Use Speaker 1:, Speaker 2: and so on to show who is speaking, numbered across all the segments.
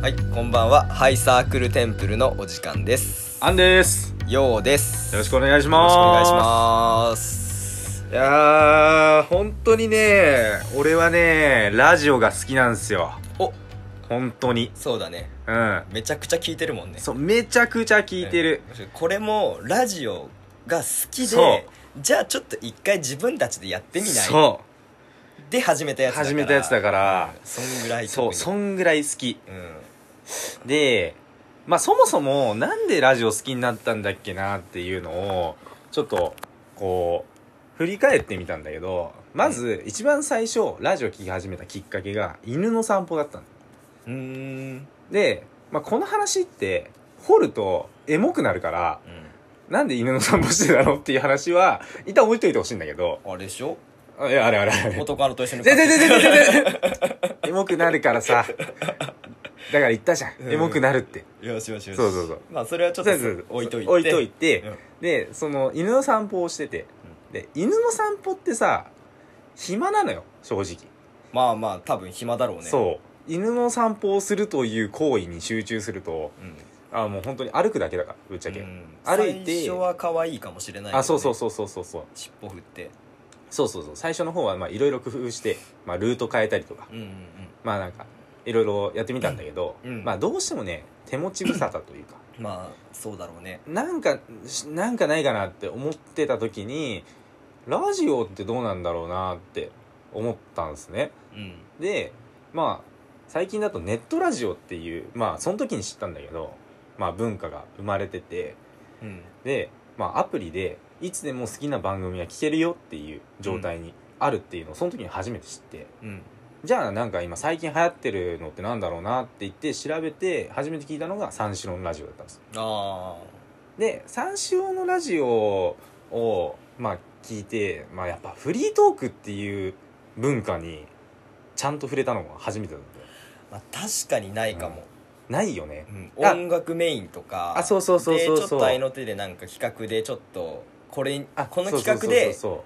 Speaker 1: はい、こんばんは。ハイサークルテンプルのお時間です。
Speaker 2: アンです
Speaker 1: ようです。
Speaker 2: よろし
Speaker 1: よ
Speaker 2: くお願いし
Speaker 1: ろ
Speaker 2: ま
Speaker 1: し
Speaker 2: す
Speaker 1: くお願いします。
Speaker 2: いやー本当にね俺はねラジオが好きなんですよ
Speaker 1: お、
Speaker 2: 本当に
Speaker 1: そうだね。
Speaker 2: うん
Speaker 1: めちゃくちゃ聞いてるもんね。
Speaker 2: そうめちゃくちゃ聞いてる、
Speaker 1: ね。これもラジオが好き
Speaker 2: そう
Speaker 1: で、じゃあちょっと一回自分たちでやってみない
Speaker 2: そ
Speaker 1: で始めた
Speaker 2: う
Speaker 1: やつだから。
Speaker 2: 始めたやつだから
Speaker 1: そんぐらい特
Speaker 2: そ
Speaker 1: に
Speaker 2: うそんぐらい好き
Speaker 1: うん。
Speaker 2: でまあそもそもなんでラジオ好きになったんだっけなっていうのをちょっとこう振り返ってみたんだけどまず一番最初ラジオ聴き始めたきっかけが犬の散歩だったの
Speaker 1: うーん。
Speaker 2: で、まあ、この話って掘るとエモくなるからなんで犬の散歩してたのっていう話は一旦置いといてほしいんだけど
Speaker 1: うん。あれでしょ
Speaker 2: あいやあれあれあれ
Speaker 1: 元カノと一緒に。
Speaker 2: 全然全然全然全然エモくなるからさだから言ったじゃ
Speaker 1: うん
Speaker 2: んエモくなるって
Speaker 1: よしよしよし。
Speaker 2: そうそうそう。
Speaker 1: まあそれはちょっと置いといて。
Speaker 2: 置いといて、
Speaker 1: うん
Speaker 2: でその犬の散歩をしててで犬の散歩ってさ暇なのよ正直、
Speaker 1: まあまあ多分暇だろうね。
Speaker 2: そう犬の散歩をするという行為に集中すると
Speaker 1: うん。
Speaker 2: あもう本当に歩くだけだからぶっちゃけ、
Speaker 1: うん
Speaker 2: 歩いて
Speaker 1: 最初は可愛いかもしれないけどね
Speaker 2: あそうそうそうそうそうそう
Speaker 1: 尻尾振って
Speaker 2: そうそうそう最初の方はまあいろいろ工夫して、まあ、ルート変えたりとか
Speaker 1: うんうん
Speaker 2: まあなんかいろいろやってみたんだけど、
Speaker 1: うん
Speaker 2: まあどうしてもね手持ち無沙汰というか
Speaker 1: うんまあそうだろうね
Speaker 2: なんかしなんかないかなって思ってた時にラジオってどうなんだろうなって思ったんですね
Speaker 1: うん
Speaker 2: でまあ最近だとネットラジオっていうまあその時に知ったんだけど、まあ、文化が生まれてて
Speaker 1: うん
Speaker 2: で、まあ、アプリでいつでも好きな番組が聴けるよっていう状態にあるっていうのをその時に初めて知って
Speaker 1: うん
Speaker 2: じゃあなんか今最近流行ってるのってなんだろうなって言って調べて初めて聞いたのが三四郎のラジオだったんです
Speaker 1: あ
Speaker 2: で三四郎のラジオをまあ聞いて、まあ、やっぱフリートークっていう文化にちゃんと触れたのが初めてなんだよ
Speaker 1: ー、まあ確かにないかも、
Speaker 2: ないよね
Speaker 1: うん
Speaker 2: あ
Speaker 1: 音楽メインとか
Speaker 2: あそうそうそうそう
Speaker 1: でちょ
Speaker 2: そ
Speaker 1: っ
Speaker 2: う
Speaker 1: と合いの手でなんか企画でちょっとこれ
Speaker 2: あ
Speaker 1: この企画で
Speaker 2: そうそう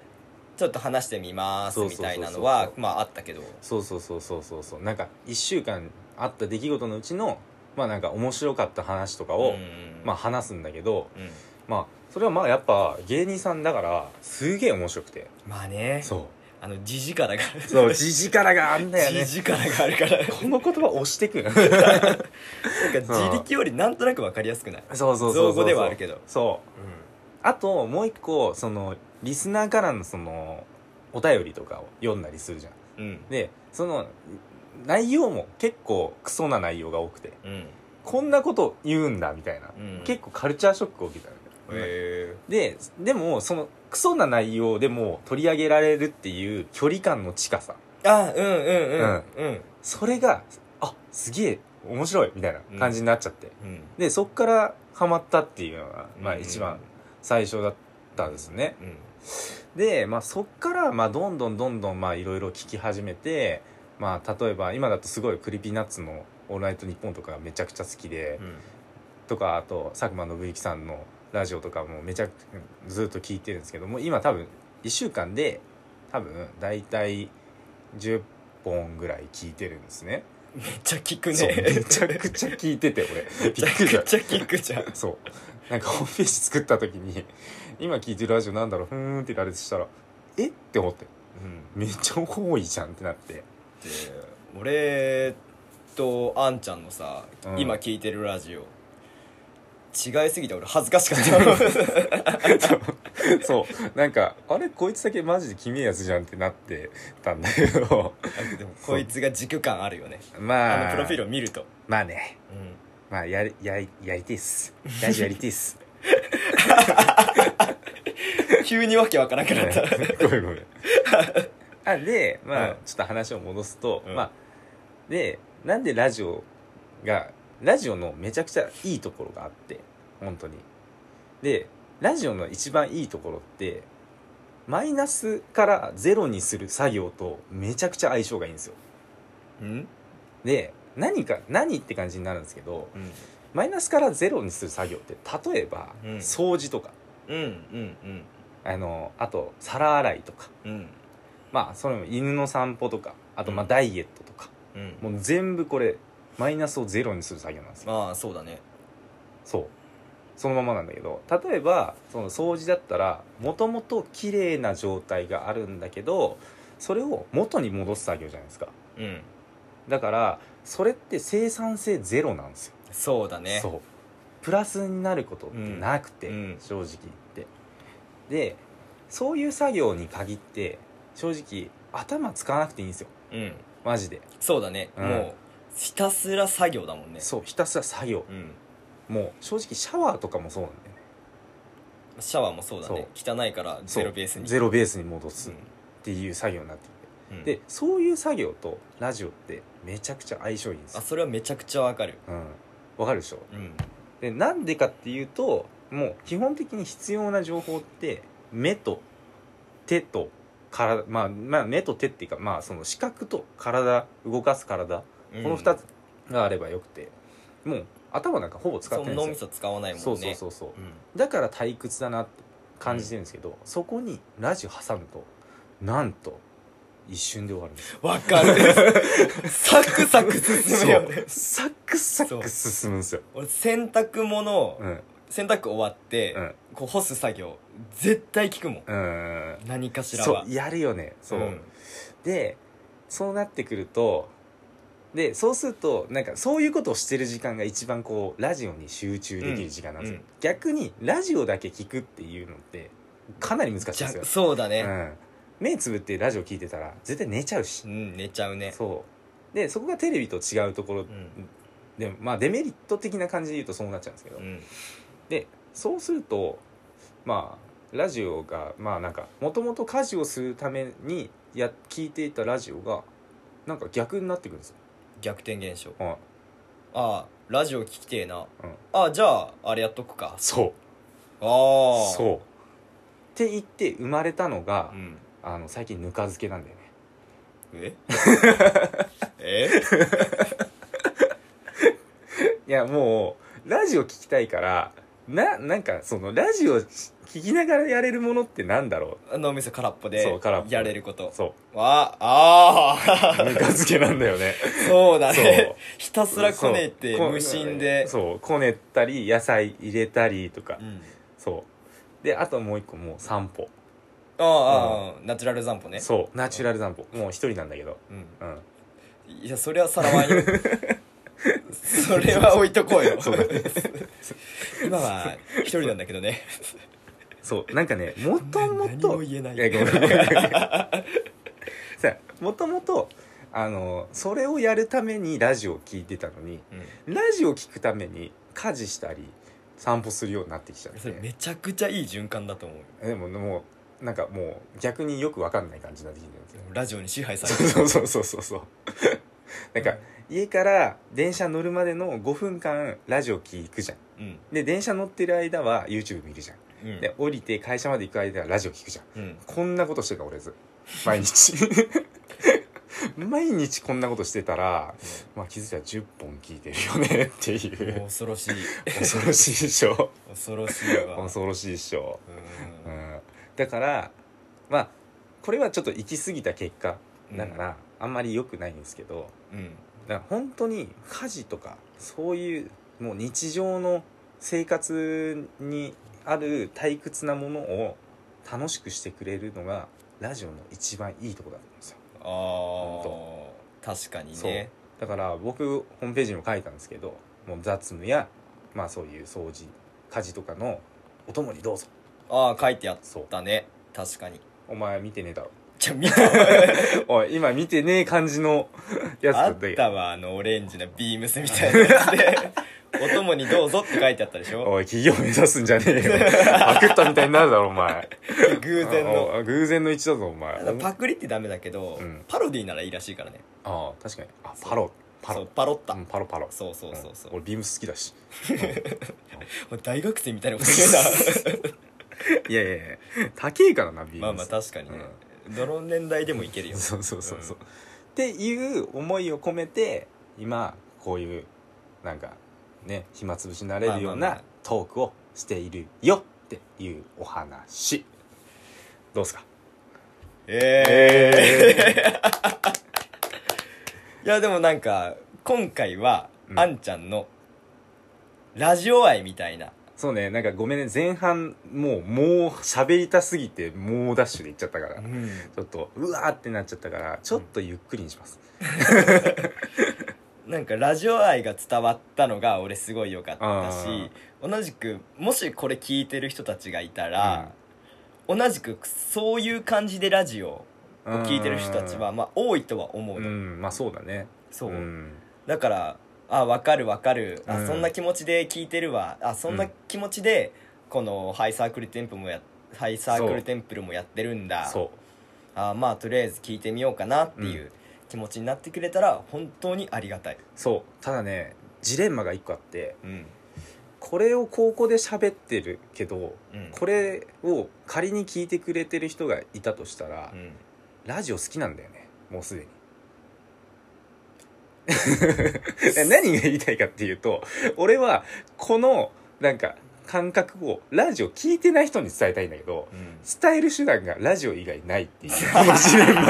Speaker 1: ちょっと話してみますみたいなの
Speaker 2: そうそうそう
Speaker 1: は
Speaker 2: そう
Speaker 1: まああったけど
Speaker 2: そうそうそうそうそうそうそうなんか1週間あった出来事のうちのまあなんか面白かった話とかを、
Speaker 1: うん
Speaker 2: まあ話すんだけど
Speaker 1: うん
Speaker 2: まあそれはまあやっぱ芸人さんだからすげえ面白くて
Speaker 1: まあね
Speaker 2: そ
Speaker 1: あのじじからが
Speaker 2: うそう
Speaker 1: じ
Speaker 2: じじからがあんだよね
Speaker 1: じからがある から
Speaker 2: この言葉押してく
Speaker 1: なんか自力よりなんとなくわかりやすくない
Speaker 2: そうそうそうそ
Speaker 1: 造
Speaker 2: う
Speaker 1: 語ではあるけど
Speaker 2: そうあともう一個そのリスナーからのそのお便りとかを読んだりするじゃん
Speaker 1: うんうん
Speaker 2: でその内容も結構クソな内容が多くて
Speaker 1: うん
Speaker 2: こんなこと言うんだみたいな、
Speaker 1: うん
Speaker 2: 結構カルチャーショックを受けたんだよ、
Speaker 1: へ
Speaker 2: ででもそのクソな内容でも取り上げられるっていう距離感の近さ
Speaker 1: えあうんうんうんうん
Speaker 2: それがあすげえ面白いみたいな感じになっちゃって、
Speaker 1: うん
Speaker 2: でそっからハマったっていうのが、まあ、
Speaker 1: うん
Speaker 2: 一番最初だったんですね、
Speaker 1: うん
Speaker 2: で、まあ、そっから、まあ、どんどんどんどんまあいろいろ聞き始めて、まあ、例えば今だとすごいクリピーナッツの「オールナイトニッポン」とかがめちゃくちゃ好きで、
Speaker 1: うん
Speaker 2: とかあと佐久間信之さんのラジオとかもめちゃくずっと聞いてるんですけどもう今多分1週間で多分大体10本ぐらい聞いてるんです ね
Speaker 1: めっちゃ聞く
Speaker 2: そう
Speaker 1: ね
Speaker 2: めち ゃくちゃ聞いてて俺びっくりした
Speaker 1: めちゃくちゃ聞くじゃん
Speaker 2: そうなんかホームページ作った時に「今聞いてるラジオなんだろうふーん」って羅列したら「えっ?」て思ってめっちゃ多いじゃんってなって
Speaker 1: で俺とあんちゃんのさ
Speaker 2: うん
Speaker 1: 今聞いてるラジオ違いすぎて俺恥ずかしか った
Speaker 2: そうなんかあれこいつだけマジでキメえやつじゃんってなってたんだけど
Speaker 1: でもこいつが軸感あるよね あ
Speaker 2: まあ
Speaker 1: のプロフィールを見ると
Speaker 2: まあね
Speaker 1: うん
Speaker 2: まあやりやりやりてえ っすラジオやりてえっす
Speaker 1: 急にわけわからんく
Speaker 2: ごめ
Speaker 1: なった
Speaker 2: んごめんあでまあ、
Speaker 1: うん
Speaker 2: ちょっと話を戻すと、
Speaker 1: うん
Speaker 2: まあでなんでラジオがラジオのめちゃくちゃいいところがあって本当にでラジオの一番いいところってマイナスからゼロにする作業とめちゃくちゃ相性がいいんですよ
Speaker 1: うん
Speaker 2: で何か何って感じになるんですけど
Speaker 1: うん
Speaker 2: マイナスからゼロにする作業って例えば、
Speaker 1: うん
Speaker 2: 掃除とか
Speaker 1: うんうんうん
Speaker 2: あのあと皿洗いとか
Speaker 1: うん
Speaker 2: まあそれも犬の散歩とかあとまあ
Speaker 1: うん
Speaker 2: ダイエットとか、
Speaker 1: うん
Speaker 2: もう全部これマイナスをゼロにする作業なんですよ
Speaker 1: まあそうだね
Speaker 2: そうそのままなんだけど例えばその掃除だったらもともと綺麗な状態があるんだけどそれを元に戻す作業じゃないですか
Speaker 1: うん
Speaker 2: だからそれって生産性ゼロなんですよ、
Speaker 1: そうだね
Speaker 2: そうプラスになることってなくて、
Speaker 1: うんうん
Speaker 2: 正直言ってでそういう作業に限って正直頭使わなくていいんですよ
Speaker 1: うん
Speaker 2: マジで、
Speaker 1: そうだね、
Speaker 2: うん
Speaker 1: もうひたすら作業だもんね
Speaker 2: そうひたすら作業
Speaker 1: うん
Speaker 2: もう正直シャワーとかもそうなんだよね
Speaker 1: シャワーもそうだね汚いから
Speaker 2: そ
Speaker 1: ゼ
Speaker 2: う
Speaker 1: ロベースに
Speaker 2: ゼロベースに戻す
Speaker 1: う
Speaker 2: っ
Speaker 1: ん
Speaker 2: ていう作業になってきて
Speaker 1: うん
Speaker 2: でそういう作業とラジオってめちゃくちゃ相性いいんです
Speaker 1: あ
Speaker 2: よ
Speaker 1: それはめちゃくちゃわかる
Speaker 2: うんわかるでしょ
Speaker 1: うん
Speaker 2: でなんでかっていうともう基本的に必要な情報って目と手と体まあ、まあ、目と手っていうかまあその視覚と体動かす体こ
Speaker 1: うん
Speaker 2: の2つがあればよくて、もう頭なんかほぼ使っ
Speaker 1: そ
Speaker 2: てな
Speaker 1: の
Speaker 2: いんで
Speaker 1: 脳
Speaker 2: す
Speaker 1: み
Speaker 2: よ
Speaker 1: そ使わないもんね
Speaker 2: そうそうそうそう
Speaker 1: うん
Speaker 2: だから退屈だなって感じてるんですけど、そこにラジオ挟むとなんと一瞬で終わるんですよ
Speaker 1: わかるサクサク進むよね
Speaker 2: サックサック進むんですよ
Speaker 1: 俺洗濯物、
Speaker 2: うん
Speaker 1: 洗濯終わって、
Speaker 2: うん
Speaker 1: こう干す作業絶対聞くもん
Speaker 2: うん
Speaker 1: 何かしら
Speaker 2: そ
Speaker 1: は
Speaker 2: うやるよねそう、
Speaker 1: うん
Speaker 2: でそうなってくるとでそうするとなんかそういうことをしてる時間が一番こうラジオに集中できる時間なんですよ、
Speaker 1: うんうん
Speaker 2: 逆にラジオだけ聞くっていうのってかなり難しい
Speaker 1: じゃ
Speaker 2: ですよ、
Speaker 1: そうだ
Speaker 2: う
Speaker 1: ね
Speaker 2: ん、目つぶってラジオ聞いてたら絶対寝ちゃうし
Speaker 1: う、ん寝ちゃうね
Speaker 2: そうでそこがテレビと違うところ
Speaker 1: うん
Speaker 2: で、まあデメリット的な感じで言うとそうなっちゃうんですけど、
Speaker 1: うん
Speaker 2: でそうするとまあラジオがまあなんかもともと家事をするためにや聞いていたラジオがなんか逆になってくるんですよ、
Speaker 1: 逆転現象
Speaker 2: はい
Speaker 1: ああラジオ聞きてえな、
Speaker 2: うん
Speaker 1: ああじゃああれやっとくか
Speaker 2: そう
Speaker 1: ああ
Speaker 2: そうって言って生まれたのが、
Speaker 1: ん、
Speaker 2: あの最近ぬか漬けなんだよね
Speaker 1: え え
Speaker 2: いやもうラジオ聞きたいからななんかそのラジオ聞きながらやれるものってなんだろ
Speaker 1: 脳みそ空っぽ
Speaker 2: そう
Speaker 1: で
Speaker 2: 空っぽ
Speaker 1: やれるこ
Speaker 2: う
Speaker 1: と
Speaker 2: そ
Speaker 1: わああ
Speaker 2: うぬか漬けなんだよね
Speaker 1: ーそうだ
Speaker 2: そう
Speaker 1: ねひたすらこねて
Speaker 2: そう
Speaker 1: 無心で
Speaker 2: そうこねったり野菜入れたりとか、
Speaker 1: うん
Speaker 2: そうであともう一個もう散歩
Speaker 1: ああ、ああナチュラル散歩ね
Speaker 2: そうナチュラル散歩もう一人なんだけど
Speaker 1: うん
Speaker 2: うん
Speaker 1: いやそれはさらわん よそれは置いとこうよ
Speaker 2: そうだね
Speaker 1: 今は一人なんだけどね
Speaker 2: そうなんかねもとも
Speaker 1: 何も
Speaker 2: と
Speaker 1: 言えない
Speaker 2: いやごめんごめんごめん さもともとあのそれをやるためにラジオを聞いてたのに
Speaker 1: うん
Speaker 2: ラジオを聞くために家事したり散歩するようになってきちゃっ
Speaker 1: それ
Speaker 2: て
Speaker 1: めちゃくちゃいい循環だと思うよ
Speaker 2: でももうなんかもう逆によくわかんない感じになってきてるん ですよ
Speaker 1: ラジオに支配されてる
Speaker 2: そうそうそうそうそうなんか家から電車乗るまでの5分間ラジオ聞くじゃん
Speaker 1: うん
Speaker 2: で電車乗ってる間は YouTube 見るじゃん
Speaker 1: うん
Speaker 2: で降りて会社まで行く間はラジオ聞くじゃん
Speaker 1: うん
Speaker 2: こんなことしてるから俺ず毎日 毎日こんなことしてたら、まあ、気づいたら10本聞いてるよねっていう
Speaker 1: 恐ろ しい
Speaker 2: 恐ろしいでしょ
Speaker 1: 恐ろしいわ
Speaker 2: 恐ろしいでしょ、う
Speaker 1: うん
Speaker 2: ん、だからまあこれはちょっと行き過ぎた結果だから、あんまり良くないんですけど
Speaker 1: うん
Speaker 2: だから本当に家事とかそういうもう日常の生活にある退屈なものを楽しくしてくれるのがラジオの一番いいところだと思うんですよ
Speaker 1: ああ確かにね
Speaker 2: だから僕ホームページにも書いたんですけどもう雑務や、まあ、そういう掃除家事とかのお供にどうぞ
Speaker 1: ああ書いてあっ
Speaker 2: そう
Speaker 1: たね確かに
Speaker 2: お前見てねえだろ
Speaker 1: じゃ見 た
Speaker 2: おい今見てねえ感じ のやつ
Speaker 1: あ
Speaker 2: だ
Speaker 1: っ
Speaker 2: け
Speaker 1: たわあのオレンジのビームスみたいなやつ で「お供にどうぞ」って書いてあったでしょ
Speaker 2: おい企業目指すんじゃねえよ パクったみたいになるだろお前
Speaker 1: 偶然の
Speaker 2: ああ偶然の一致だぞお前
Speaker 1: パクリってダメだけど、
Speaker 2: うん
Speaker 1: パロディならいいらしいからね
Speaker 2: ああ確かにあ
Speaker 1: そう
Speaker 2: パロパ
Speaker 1: そう
Speaker 2: ロ
Speaker 1: パロッタ、
Speaker 2: うんパロパロ
Speaker 1: そうそうそうそ
Speaker 2: ん
Speaker 1: う、
Speaker 2: 俺ビームス好きだし
Speaker 1: 俺大学生みたいなこと言 う
Speaker 2: いやいやいや高えからなビームス
Speaker 1: なまあまあ確かにね、どの年代でもいけるよ
Speaker 2: そうそうそうそう、
Speaker 1: う
Speaker 2: っていう思いを込めて今こういうなんかね暇つぶしになれ
Speaker 1: まあ
Speaker 2: るよう
Speaker 1: まあま
Speaker 2: な
Speaker 1: あ
Speaker 2: トークをしているよっていうお話どうですか
Speaker 1: ええ
Speaker 2: え
Speaker 1: いやでもなんか今回は、
Speaker 2: うん
Speaker 1: あんちゃんのラジオ愛みたいな
Speaker 2: そうねなんかごめんね前半もうもう喋りたすぎて猛ダッシュでいっちゃったから、ちょっとうわーってなっちゃったからちょっとゆっくりにします、
Speaker 1: なんかラジオ愛が伝わったのが俺すごい良かったし同じくもしこれ聞いてる人たちがいたら、同じくそういう感じでラジオを聞いてる人たちはまあ多いとは思う
Speaker 2: う
Speaker 1: の、
Speaker 2: んまあそうだね
Speaker 1: そう、
Speaker 2: ん
Speaker 1: だからあ分かる分かるあ、
Speaker 2: うん
Speaker 1: そんな気持ちで聞いてるわあそんな気持ちでこのハイサークルテンプもやハイサークルテンプルもやってるんだ
Speaker 2: そ
Speaker 1: あまあとりあえず聞いてみようかなっていう気持ちになってくれたら本当にありがたい、
Speaker 2: うそうただねジレンマが一個あって
Speaker 1: うん
Speaker 2: これを高校で喋ってるけど
Speaker 1: うん
Speaker 2: これを仮に聞いてくれてる人がいたとしたら、
Speaker 1: うん
Speaker 2: ラジオ好きなんだよねもうす でにえ何が言いたいかっていうと俺はこのなんか感覚をラジオ聞いてない人に伝えたいんだけど
Speaker 1: うん
Speaker 2: 伝える手段がラジオ以外ないっていう このジレンマ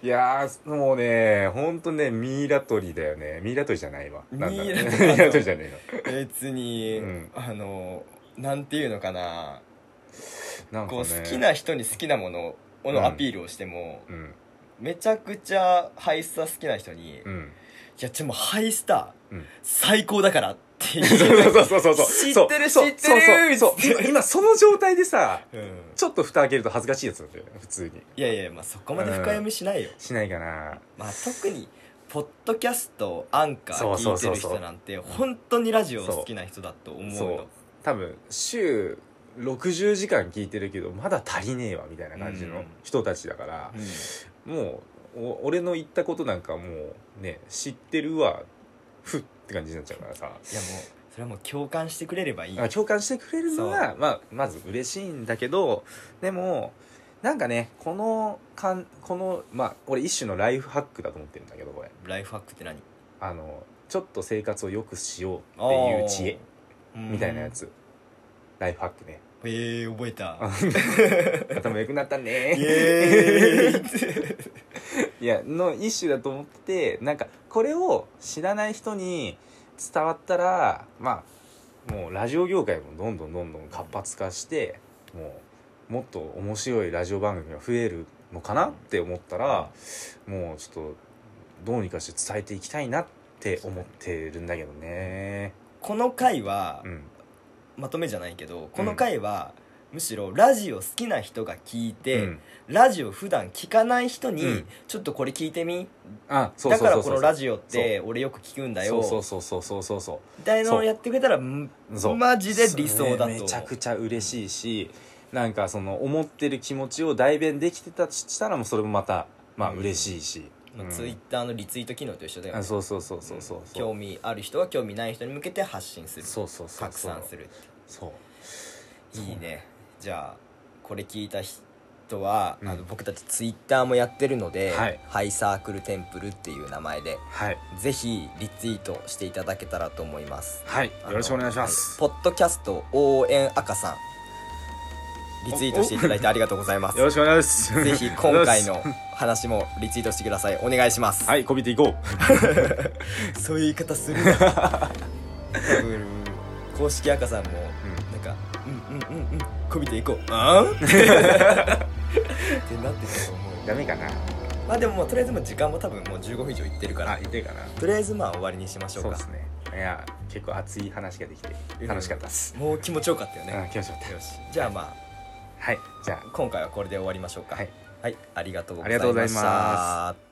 Speaker 2: いやーもうねほんとねミイラ取りだよねミイラ取りじゃないわなんだろうね
Speaker 1: ミイラ取り
Speaker 2: ミイラ取りじゃないの
Speaker 1: 別に、
Speaker 2: うん
Speaker 1: あのなんていうのかな
Speaker 2: なんか
Speaker 1: こ
Speaker 2: ね
Speaker 1: う好きな人に好きなものを
Speaker 2: うん
Speaker 1: のアピールをしても、
Speaker 2: うん
Speaker 1: めちゃくちゃハイスタ好きな人に「
Speaker 2: う
Speaker 1: い
Speaker 2: ん
Speaker 1: やでもハイスタ、
Speaker 2: うん
Speaker 1: 最高だから」って
Speaker 2: そ
Speaker 1: 言
Speaker 2: うそうそうそうそう
Speaker 1: 知ってる
Speaker 2: そう
Speaker 1: 知ってる
Speaker 2: そうそうそう今今その状態でさ
Speaker 1: う、うん、
Speaker 2: ちょっと蓋開けると恥ずかしいやつなんだよね普通に
Speaker 1: いやいやまあそこまで深読みしないよ、
Speaker 2: しないかな
Speaker 1: まあ特にポッドキャストアンカ
Speaker 2: そ
Speaker 1: ー
Speaker 2: う
Speaker 1: 聞
Speaker 2: そう
Speaker 1: いて
Speaker 2: そう
Speaker 1: る
Speaker 2: そう
Speaker 1: 人なんて本当にラジオ好きな人だと思う
Speaker 2: そう
Speaker 1: の
Speaker 2: 多分週60時間聞いてるけどまだ足りねえわみたいな感じ
Speaker 1: う
Speaker 2: の
Speaker 1: ん
Speaker 2: 人たちだから
Speaker 1: う、ん
Speaker 2: もうお俺の言ったことなんかもうね知ってるわふって感じになっちゃうからさ
Speaker 1: いやもうそれはもう共感してくれればいい
Speaker 2: あ共感してくれるのが、まあ、まず嬉しいんだけどでもなんかねこのかんこのまあ俺一種のライフハックだと思ってるんだけどこれ
Speaker 1: ライフハックって何
Speaker 2: あのちょっと生活を良くしようっていう知恵
Speaker 1: あーうん
Speaker 2: みたいなやつ、ライフハックね
Speaker 1: えー、覚え た
Speaker 2: 頭良くなったね
Speaker 1: イエーイ
Speaker 2: いやの一種だと思っててなんかこれを知らない人に伝わったらまあもうラジオ業界もどんどんどんどん活発化してもうもっと面白いラジオ番組が増えるのかなって思ったら、もうちょっとどうにかして伝えていきたいなって思ってるんだけどね。
Speaker 1: この回は
Speaker 2: う、ん、
Speaker 1: まとめじゃないけどこの回は、むしろラジオ好きな人が聞いて、
Speaker 2: うん
Speaker 1: ラジオ普段聞かない人に、
Speaker 2: うん
Speaker 1: ちょっとこれ聞いてみ
Speaker 2: あそう
Speaker 1: だ
Speaker 2: そう
Speaker 1: から
Speaker 2: そう
Speaker 1: こ
Speaker 2: そう
Speaker 1: のラジオって俺よく聞くんだよ
Speaker 2: そうそうそうそうそうそう
Speaker 1: みたいなのをやってくれたら
Speaker 2: そう
Speaker 1: マジで理想だと
Speaker 2: それめちゃくちゃ嬉しいしなんかその思ってる気持ちを代弁できてたとしたらもうそれもまたまあ
Speaker 1: うん
Speaker 2: 嬉しいし、うん
Speaker 1: ツイッターのリツイート機能と一緒だよね
Speaker 2: あそうそうそうそうそうそう
Speaker 1: 興味ある人は興味ない人に向けて発信する
Speaker 2: そうそうそう
Speaker 1: 拡散す
Speaker 2: る
Speaker 1: る
Speaker 2: そうそう
Speaker 1: いいねじゃあこれ聞いた人は、
Speaker 2: うん
Speaker 1: あの僕たちツイッターもやってるので、
Speaker 2: はい
Speaker 1: ハイサークルテンプルっていう名前で
Speaker 2: はい
Speaker 1: ぜひリツイートしていただけたらと思います
Speaker 2: はい
Speaker 1: あの
Speaker 2: よろしくお願いします、
Speaker 1: はいポッドキャスト応援赤さんリツイートしていただいてありがとうございます
Speaker 2: よろしくお願いします
Speaker 1: ぜひ今回 の話もリツイートしてくださいお願いします、
Speaker 2: はいこびていこう
Speaker 1: そういう言い方するな多分公式赤さんもなんか「うんうんうんうんこびていこう」あんってなってると思う
Speaker 2: ダメかな
Speaker 1: まあでももうとりあえずもう時間も多分もう15分以上いってるから
Speaker 2: あいてるかな
Speaker 1: とりあえずまあ終わりにしましょう
Speaker 2: そう
Speaker 1: か
Speaker 2: ですねいや結構熱い話ができて楽しかったです、
Speaker 1: もう気持ちよかったよ
Speaker 2: あ
Speaker 1: ね
Speaker 2: 気持ちよかっ
Speaker 1: よしじゃあまあ
Speaker 2: たはいじゃあ
Speaker 1: 今回はこれで終わりましょうか
Speaker 2: はい、
Speaker 1: はい、ありがとうご
Speaker 2: あ
Speaker 1: ざ
Speaker 2: り
Speaker 1: い
Speaker 2: がとうござい
Speaker 1: ま
Speaker 2: ます
Speaker 1: した